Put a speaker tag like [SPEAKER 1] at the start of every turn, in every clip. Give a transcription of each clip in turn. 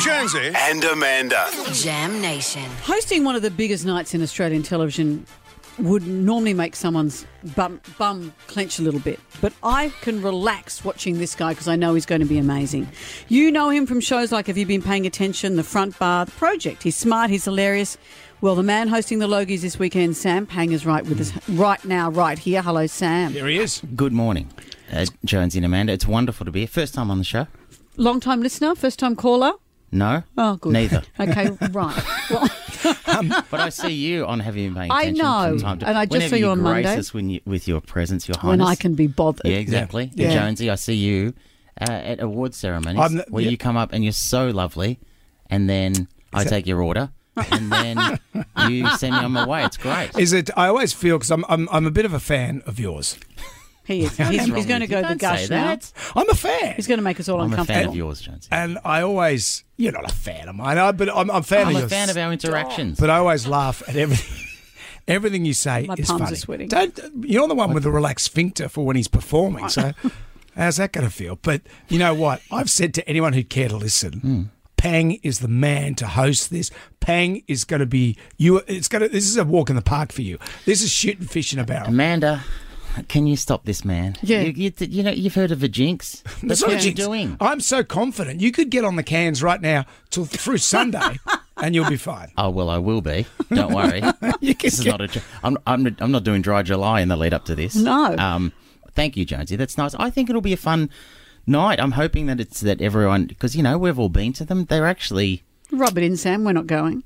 [SPEAKER 1] Jonesy and Amanda.
[SPEAKER 2] Jam Nation.
[SPEAKER 3] Hosting one of the biggest nights in Australian television would normally make someone's bum, bum clench a little bit, but I can relax watching this guy because I know he's going to be amazing. You know him from shows like Have You Been Paying Attention, The Front Bar, The Project. He's smart, he's hilarious. Well, the man hosting the Logies this weekend, Sam Pang, is right with us right now, right here. Hello, Sam.
[SPEAKER 4] There he is.
[SPEAKER 5] Good morning, uh, Jonesy and Amanda. It's wonderful to be here. First time on the show?
[SPEAKER 3] Long time listener, first time caller.
[SPEAKER 5] No.
[SPEAKER 3] Oh, good.
[SPEAKER 5] Neither.
[SPEAKER 3] Okay, right. Well,
[SPEAKER 5] but I see you on having been paying
[SPEAKER 3] I
[SPEAKER 5] attention
[SPEAKER 3] know,
[SPEAKER 5] from time to-
[SPEAKER 3] and I just
[SPEAKER 5] Whenever
[SPEAKER 3] saw you on
[SPEAKER 5] grace
[SPEAKER 3] Monday.
[SPEAKER 5] us when you, with your presence, your highness.
[SPEAKER 3] when I can be bothered.
[SPEAKER 5] Yeah, exactly.
[SPEAKER 3] Yeah.
[SPEAKER 5] Jonesy, I see you uh, at award ceremonies
[SPEAKER 4] I'm-
[SPEAKER 5] where
[SPEAKER 4] yeah.
[SPEAKER 5] you come up and you're so lovely, and then I take your order, and then you send me on my way. It's great.
[SPEAKER 4] Is it? I always feel because I'm, I'm I'm a bit of a fan of yours.
[SPEAKER 3] He is. He's, going
[SPEAKER 5] What's wrong
[SPEAKER 3] to
[SPEAKER 5] with you?
[SPEAKER 3] go the
[SPEAKER 5] Don't say
[SPEAKER 3] gush now.
[SPEAKER 5] that.
[SPEAKER 4] I'm a fan,
[SPEAKER 3] He's going to make us all
[SPEAKER 5] I'm a
[SPEAKER 3] uncomfortable.
[SPEAKER 5] fan of yours, Jonesy.
[SPEAKER 4] and I always you're not a fan of mine, I, but I'm, I'm a fan
[SPEAKER 5] I'm
[SPEAKER 4] of
[SPEAKER 5] a
[SPEAKER 4] yours.
[SPEAKER 5] fan of our interactions.
[SPEAKER 4] But I always laugh at everything. Everything you say
[SPEAKER 3] My
[SPEAKER 4] is
[SPEAKER 3] palms are
[SPEAKER 4] funny.
[SPEAKER 3] sweating.
[SPEAKER 4] Don't, you're the one with the relaxed sphincter for when he's performing. So, how's that going to feel? But you know what? I've said to anyone who'd care to listen, Pang is the man to host this. Pang is going to be you. It's going to. This is a walk in the park for you. This is shooting fish in a barrel.
[SPEAKER 5] Amanda, can you stop this man?
[SPEAKER 3] Yeah.
[SPEAKER 5] You, you, you know, you've heard of a jinx.
[SPEAKER 4] It's
[SPEAKER 5] That's
[SPEAKER 4] not
[SPEAKER 5] what
[SPEAKER 4] a
[SPEAKER 5] you're
[SPEAKER 4] jinx.
[SPEAKER 5] doing.
[SPEAKER 3] Oh.
[SPEAKER 4] I'm so confident. You could get on the cans right now till through Sunday, and you'll be fine.
[SPEAKER 5] Oh well, I will be. Don't worry.
[SPEAKER 4] You can
[SPEAKER 5] this is
[SPEAKER 4] get-
[SPEAKER 5] not a. ju- I'm, I'm I'm not doing dry July in the lead up to this.
[SPEAKER 3] No.
[SPEAKER 5] Um, thank you, Jonesy. That's nice. I think it'll be a fun night. I'm hoping that it's that everyone because you know we've all been to them. They're actually.
[SPEAKER 3] Rub it in, Sam. We're not going.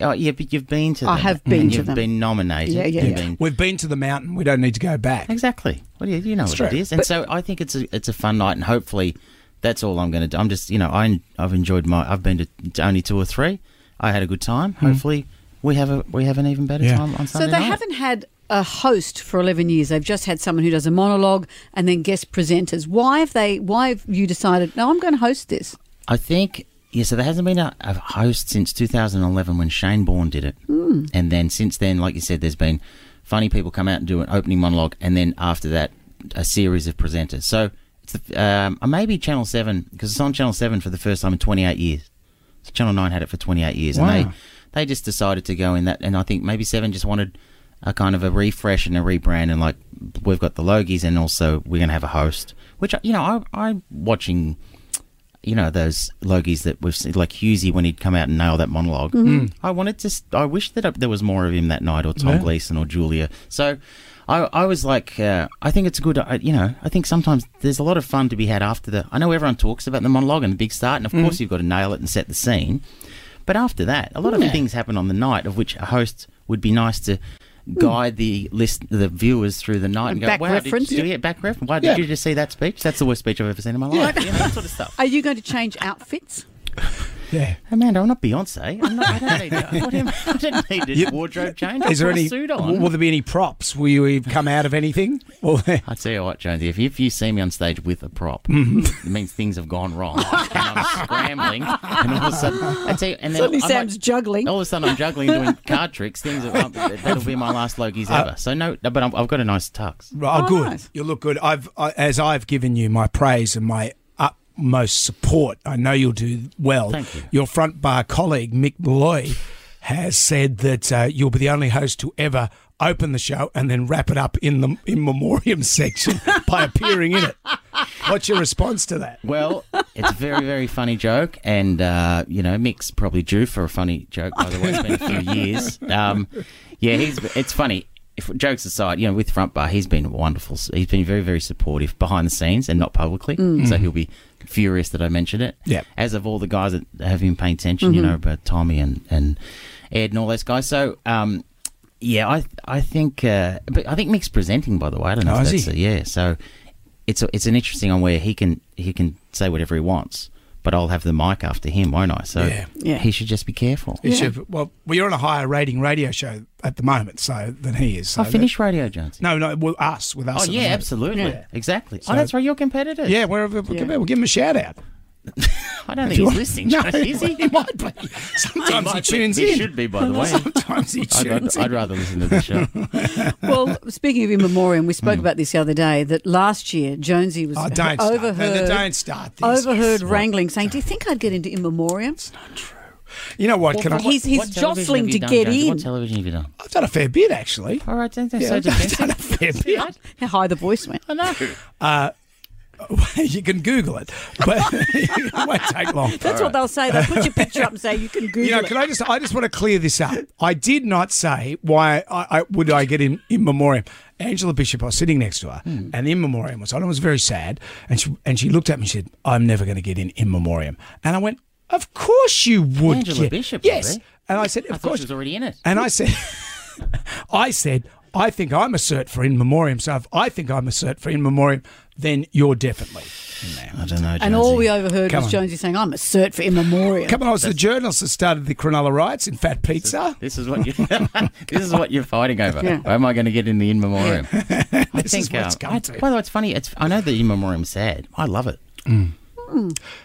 [SPEAKER 5] Oh yeah, but you've been to them.
[SPEAKER 3] I have been
[SPEAKER 5] And
[SPEAKER 3] to
[SPEAKER 5] you've
[SPEAKER 3] them.
[SPEAKER 5] been nominated.
[SPEAKER 3] Yeah, yeah,
[SPEAKER 5] You've
[SPEAKER 3] yeah.
[SPEAKER 5] been-
[SPEAKER 4] We've been to the mountain. We don't need to go back.
[SPEAKER 5] exactly. What do you you know what it
[SPEAKER 4] true.
[SPEAKER 5] is, and so I think it's a it's a fun night, and hopefully that's all I'm going to do. I'm just you know I I've enjoyed my I've been to, to only two or three. I had a good time. Hopefully we have a we have an even better
[SPEAKER 4] Hmm. Yeah.
[SPEAKER 5] time on
[SPEAKER 3] So
[SPEAKER 5] Sunday
[SPEAKER 3] they
[SPEAKER 5] night.
[SPEAKER 3] haven't had a host for 11 years. They've just had someone who does a monologue and then guest presenters. Why have they? Why have you decided? No, I'm going to host this.
[SPEAKER 5] I think yeah. So there hasn't been a, a host since 2011 when Shane Bourne did it, mm. and then since then, like you said, there's been funny people come out and do an opening monologue, and then after that, a series of presenters. So it's the, um, uh, maybe Channel Seven because it's on Channel Seven for the first time in 28 years. So Channel Nine had it for 28 years, and they
[SPEAKER 4] Wow.
[SPEAKER 5] they just decided to go in that, and I think maybe Seven just wanted. A kind of a refresh and a rebrand, and like we've got the Logies, and also we're going to have a host. Which you know, I, I'm watching you know those logies that we've seen, like Husey when he'd come out and nail that monologue.
[SPEAKER 3] Mm-hmm.
[SPEAKER 5] I wanted to. s- I wish that there was more of him that night, or Tom Gleason, or Julia. So, I, I was like, uh, I think it's a good. Uh, you know, I think sometimes there's a lot of fun to be had after the. I know everyone talks about the monologue and the big start, and of course you've got to nail it and set the scene. But after that, a lot of things happen on the night, of which a host would be nice to guide the list, the viewers through the night, and,
[SPEAKER 3] And
[SPEAKER 5] go,
[SPEAKER 3] back
[SPEAKER 5] wow,
[SPEAKER 3] reference.
[SPEAKER 5] Did you, yeah, back reference. Why did
[SPEAKER 4] Yeah.
[SPEAKER 5] you just see that speech? That's the worst speech I've ever seen in my life. You know, that sort of stuff.
[SPEAKER 3] Are you going to change outfits?
[SPEAKER 4] Yeah.
[SPEAKER 5] Amanda, I'm not Beyonce. I'm not, I don't need that. What am, I don't need a
[SPEAKER 4] You-
[SPEAKER 5] wardrobe change. I'll
[SPEAKER 4] Is there
[SPEAKER 5] put a
[SPEAKER 4] any?
[SPEAKER 5] suit
[SPEAKER 4] w-
[SPEAKER 5] on?
[SPEAKER 4] Will there be any props? Will you come out of anything? Well,
[SPEAKER 5] I tell you what, Jonesy, if, if you see me on stage with a prop,
[SPEAKER 4] Mm-hmm.
[SPEAKER 5] it means things have gone wrong, and I'm scrambling, and all of a sudden, I tell you, and then
[SPEAKER 3] Suddenly
[SPEAKER 5] I
[SPEAKER 3] Sam's
[SPEAKER 5] might-
[SPEAKER 3] juggling.
[SPEAKER 5] All of a sudden, I'm juggling, doing card tricks. Things that, um, that'll be my last Logies
[SPEAKER 4] Uh,
[SPEAKER 5] ever. So no, but I'm, I've got a nice tux.
[SPEAKER 4] oh,
[SPEAKER 3] Oh,
[SPEAKER 4] good.
[SPEAKER 3] nice.
[SPEAKER 4] You look good. I've I, as I've given you my praise and my utmost support. I know you'll do well.
[SPEAKER 5] Thank you.
[SPEAKER 4] Your front bar colleague Mick Malloy has said that uh, you'll be the only host to ever open the show and then wrap it up in the in memoriam section by appearing in it. What's your response to that?
[SPEAKER 5] Well, it's a very, very funny joke, and uh, you know, Mick's probably due for a funny joke. By the way, it's been a few years. Um, yeah, he's. It's funny. If jokes aside, you know, with Front Bar, he's been wonderful. He's been very, very supportive behind the scenes and not publicly. So he'll be furious that I mentioned it.
[SPEAKER 4] Mm. Yeah. Mm-hmm.
[SPEAKER 5] As of all the guys that have been paying attention, you know, about Tommy and and Ed and all those guys. So. Um, yeah, I I think uh, but I think Mick's presenting by the way. I don't know
[SPEAKER 4] Oh,
[SPEAKER 5] if
[SPEAKER 4] is
[SPEAKER 5] that's
[SPEAKER 4] he?
[SPEAKER 5] a- yeah. So it's a, it's an interesting one where he can he can say whatever he wants, but I'll have the mic after him, won't I? So
[SPEAKER 4] Yeah.
[SPEAKER 3] Yeah.
[SPEAKER 5] he should just be careful.
[SPEAKER 4] You should- well, well, you're on a higher rating radio show at the moment, so than he is. So
[SPEAKER 5] I
[SPEAKER 4] that-
[SPEAKER 5] finished Radio Jones.
[SPEAKER 4] No, no, well, us with us.
[SPEAKER 5] Oh
[SPEAKER 4] at the
[SPEAKER 5] yeah,
[SPEAKER 4] moment.
[SPEAKER 5] absolutely,
[SPEAKER 3] Yeah.
[SPEAKER 5] exactly.
[SPEAKER 4] So-
[SPEAKER 5] oh, that's right, your competitors.
[SPEAKER 4] Yeah, wherever we'll give him a shout out.
[SPEAKER 5] I don't think he's listening,
[SPEAKER 4] No,
[SPEAKER 5] Josh, is he?
[SPEAKER 4] he might be. Sometimes he
[SPEAKER 5] Might be.
[SPEAKER 4] tunes
[SPEAKER 5] He
[SPEAKER 4] in.
[SPEAKER 5] should be, by the way.
[SPEAKER 4] Sometimes he
[SPEAKER 5] I'd,
[SPEAKER 4] tunes
[SPEAKER 5] rather,
[SPEAKER 4] in.
[SPEAKER 5] I'd rather listen to the show.
[SPEAKER 3] Well, speaking of in memoriam, we spoke about this the other day that last year Jonesy was
[SPEAKER 4] Mm. Oh, don't start.
[SPEAKER 3] overheard
[SPEAKER 4] No, don't start this.
[SPEAKER 3] overheard wrangling, saying, "Do you think I'd get into in memoriam?"
[SPEAKER 4] You know what? Can I,
[SPEAKER 3] He's he's
[SPEAKER 5] What television have
[SPEAKER 3] jostling
[SPEAKER 5] you
[SPEAKER 3] to
[SPEAKER 5] done,
[SPEAKER 3] get in.
[SPEAKER 5] Jonesy? What television have you done?
[SPEAKER 4] I've done a fair bit actually.
[SPEAKER 5] All right, don't, don't
[SPEAKER 4] Yeah,
[SPEAKER 5] so
[SPEAKER 4] I've done, I've
[SPEAKER 5] defensive.
[SPEAKER 4] done a fair bit.
[SPEAKER 3] How high the voice went.
[SPEAKER 5] I know.
[SPEAKER 4] you can Google it, but it won't take long.
[SPEAKER 3] That's what they'll say. They'll put your picture up and say you can Google
[SPEAKER 4] You know,
[SPEAKER 3] it.
[SPEAKER 4] can I just? I just want to clear this up. I did not say why I, I would I get in in memoriam. Angela Bishop, I was sitting next to her,
[SPEAKER 5] Hmm.
[SPEAKER 4] and the in memoriam was on. It was very sad, and she and she looked at me and she said, "I'm never going to get in in memoriam." And I went, "Of course you would."
[SPEAKER 5] Angela
[SPEAKER 4] get-"
[SPEAKER 5] Bishop, was
[SPEAKER 4] yes.
[SPEAKER 5] there?
[SPEAKER 4] And I said, "Of
[SPEAKER 5] I thought
[SPEAKER 4] course."
[SPEAKER 5] she was already in it.
[SPEAKER 4] And I said, I said, I think I'm a cert for in memoriam. So if I think I'm a cert for in memoriam, then you're definitely in there.
[SPEAKER 5] I don't know,
[SPEAKER 3] and all we overheard
[SPEAKER 4] Come
[SPEAKER 3] was
[SPEAKER 4] on.
[SPEAKER 3] Jonesy saying, "I'm a cert for in memoriam."
[SPEAKER 4] Come on, I was the journalist that started the Cronulla riots in Fat Pizza.
[SPEAKER 5] This is what you. this is what you're fighting over.
[SPEAKER 3] Yeah.
[SPEAKER 5] Or am I going to get in the in memoriam? I
[SPEAKER 4] This is what it's come
[SPEAKER 5] I-
[SPEAKER 4] to.
[SPEAKER 5] By the way, it's funny. It's I know the in memoriam's sad. I love it.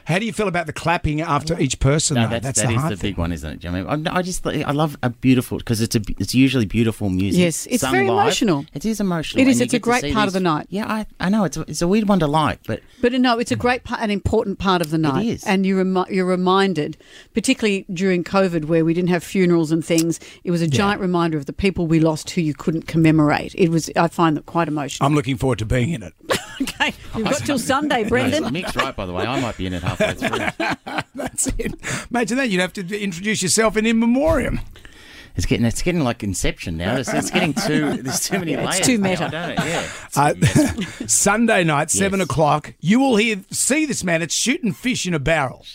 [SPEAKER 4] How do you feel about the clapping after each person?
[SPEAKER 5] No,
[SPEAKER 4] though?
[SPEAKER 5] that's, that's
[SPEAKER 4] the
[SPEAKER 5] the
[SPEAKER 4] hard thing.
[SPEAKER 5] big one, isn't it? Do you know what I, mean? I, I just I love a beautiful because it's a it's usually beautiful music.
[SPEAKER 3] Yes, it's
[SPEAKER 5] sung
[SPEAKER 3] very
[SPEAKER 5] live.
[SPEAKER 3] emotional.
[SPEAKER 5] It is emotional.
[SPEAKER 3] It is,
[SPEAKER 5] and you
[SPEAKER 3] it's a
[SPEAKER 5] get to
[SPEAKER 3] great
[SPEAKER 5] see
[SPEAKER 3] part of
[SPEAKER 5] these-
[SPEAKER 3] the night.
[SPEAKER 5] Yeah, I, I know it's a, it's a weird one to like, but
[SPEAKER 3] But uh, no, it's a great, part, an important part of the night,
[SPEAKER 5] is.
[SPEAKER 3] and you remi- you're reminded, particularly during COVID, where we didn't have funerals and things. It was a giant reminder of the people we lost who you couldn't commemorate. It was, I find that quite emotional.
[SPEAKER 4] I'm looking forward to being in it.
[SPEAKER 3] okay,
[SPEAKER 4] Oh,
[SPEAKER 3] you've got till Sunday,
[SPEAKER 5] No,
[SPEAKER 3] Brendan.
[SPEAKER 5] Mick's right, by the way. I might be in it halfway through.
[SPEAKER 4] That's it. Imagine that. You'd have to introduce yourself in in memoriam.
[SPEAKER 5] It's getting it's getting like Inception now. It's, it's getting too there's too many
[SPEAKER 3] it's
[SPEAKER 5] layers.
[SPEAKER 3] too
[SPEAKER 5] now,
[SPEAKER 3] meta.
[SPEAKER 5] I don't, yeah.
[SPEAKER 4] Uh, Sunday night, seven
[SPEAKER 5] Yes.
[SPEAKER 4] o'clock. You will hear see this man. It's shooting fish in a barrel.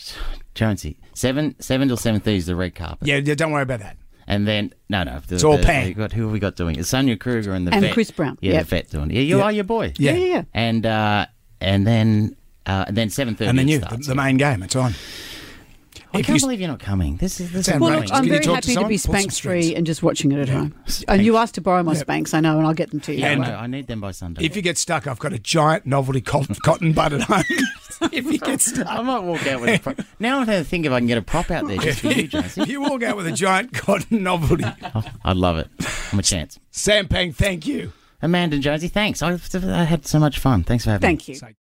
[SPEAKER 5] Jonesy, seven seven till seven thirty is the red carpet.
[SPEAKER 4] Yeah, yeah. Don't worry about that.
[SPEAKER 5] And then no, no, the, it's
[SPEAKER 4] all
[SPEAKER 5] the,
[SPEAKER 4] Pang.
[SPEAKER 5] we got- who have we got doing? it? Sonia Kruger and the
[SPEAKER 3] And
[SPEAKER 5] vet.
[SPEAKER 3] Chris Brown.
[SPEAKER 5] Yeah,
[SPEAKER 3] Yep.
[SPEAKER 5] the vet doing. it. Yeah, you are your boy.
[SPEAKER 4] Yeah.
[SPEAKER 3] yeah, yeah.
[SPEAKER 5] And uh, and then uh, and then seven thirty.
[SPEAKER 4] And then you, the,
[SPEAKER 5] starts.
[SPEAKER 4] the main game. It's on.
[SPEAKER 5] I
[SPEAKER 4] if
[SPEAKER 5] can't
[SPEAKER 4] you-
[SPEAKER 5] believe you're not coming. This is this is
[SPEAKER 4] Sam
[SPEAKER 3] Well,
[SPEAKER 4] Right.
[SPEAKER 3] look,
[SPEAKER 4] Can
[SPEAKER 3] I'm
[SPEAKER 4] you talk
[SPEAKER 3] very
[SPEAKER 4] to
[SPEAKER 3] happy to,
[SPEAKER 4] someone?
[SPEAKER 3] be
[SPEAKER 4] Pull some
[SPEAKER 3] Spanx
[SPEAKER 4] strings.
[SPEAKER 3] free and just watching it at home. And you asked to borrow my Spanx, I know, and I'll get them to you.
[SPEAKER 5] Yeah,
[SPEAKER 4] And-
[SPEAKER 5] I know. I need them by Sunday.
[SPEAKER 4] If you get stuck, I've got a giant novelty col- cotton bud at home. if you get
[SPEAKER 5] I
[SPEAKER 4] stuck.
[SPEAKER 5] might walk out with a prop. now I'm going to think if I can get a prop out there just for you,
[SPEAKER 4] If
[SPEAKER 5] Jonesy.
[SPEAKER 4] you walk out with a giant cotton novelty,
[SPEAKER 5] I'd love it. I'm a chance.
[SPEAKER 4] Sam Pang, thank you.
[SPEAKER 5] Amanda and Jonesy, thanks. I, I had so much fun. Thanks for having me.
[SPEAKER 3] Thank you.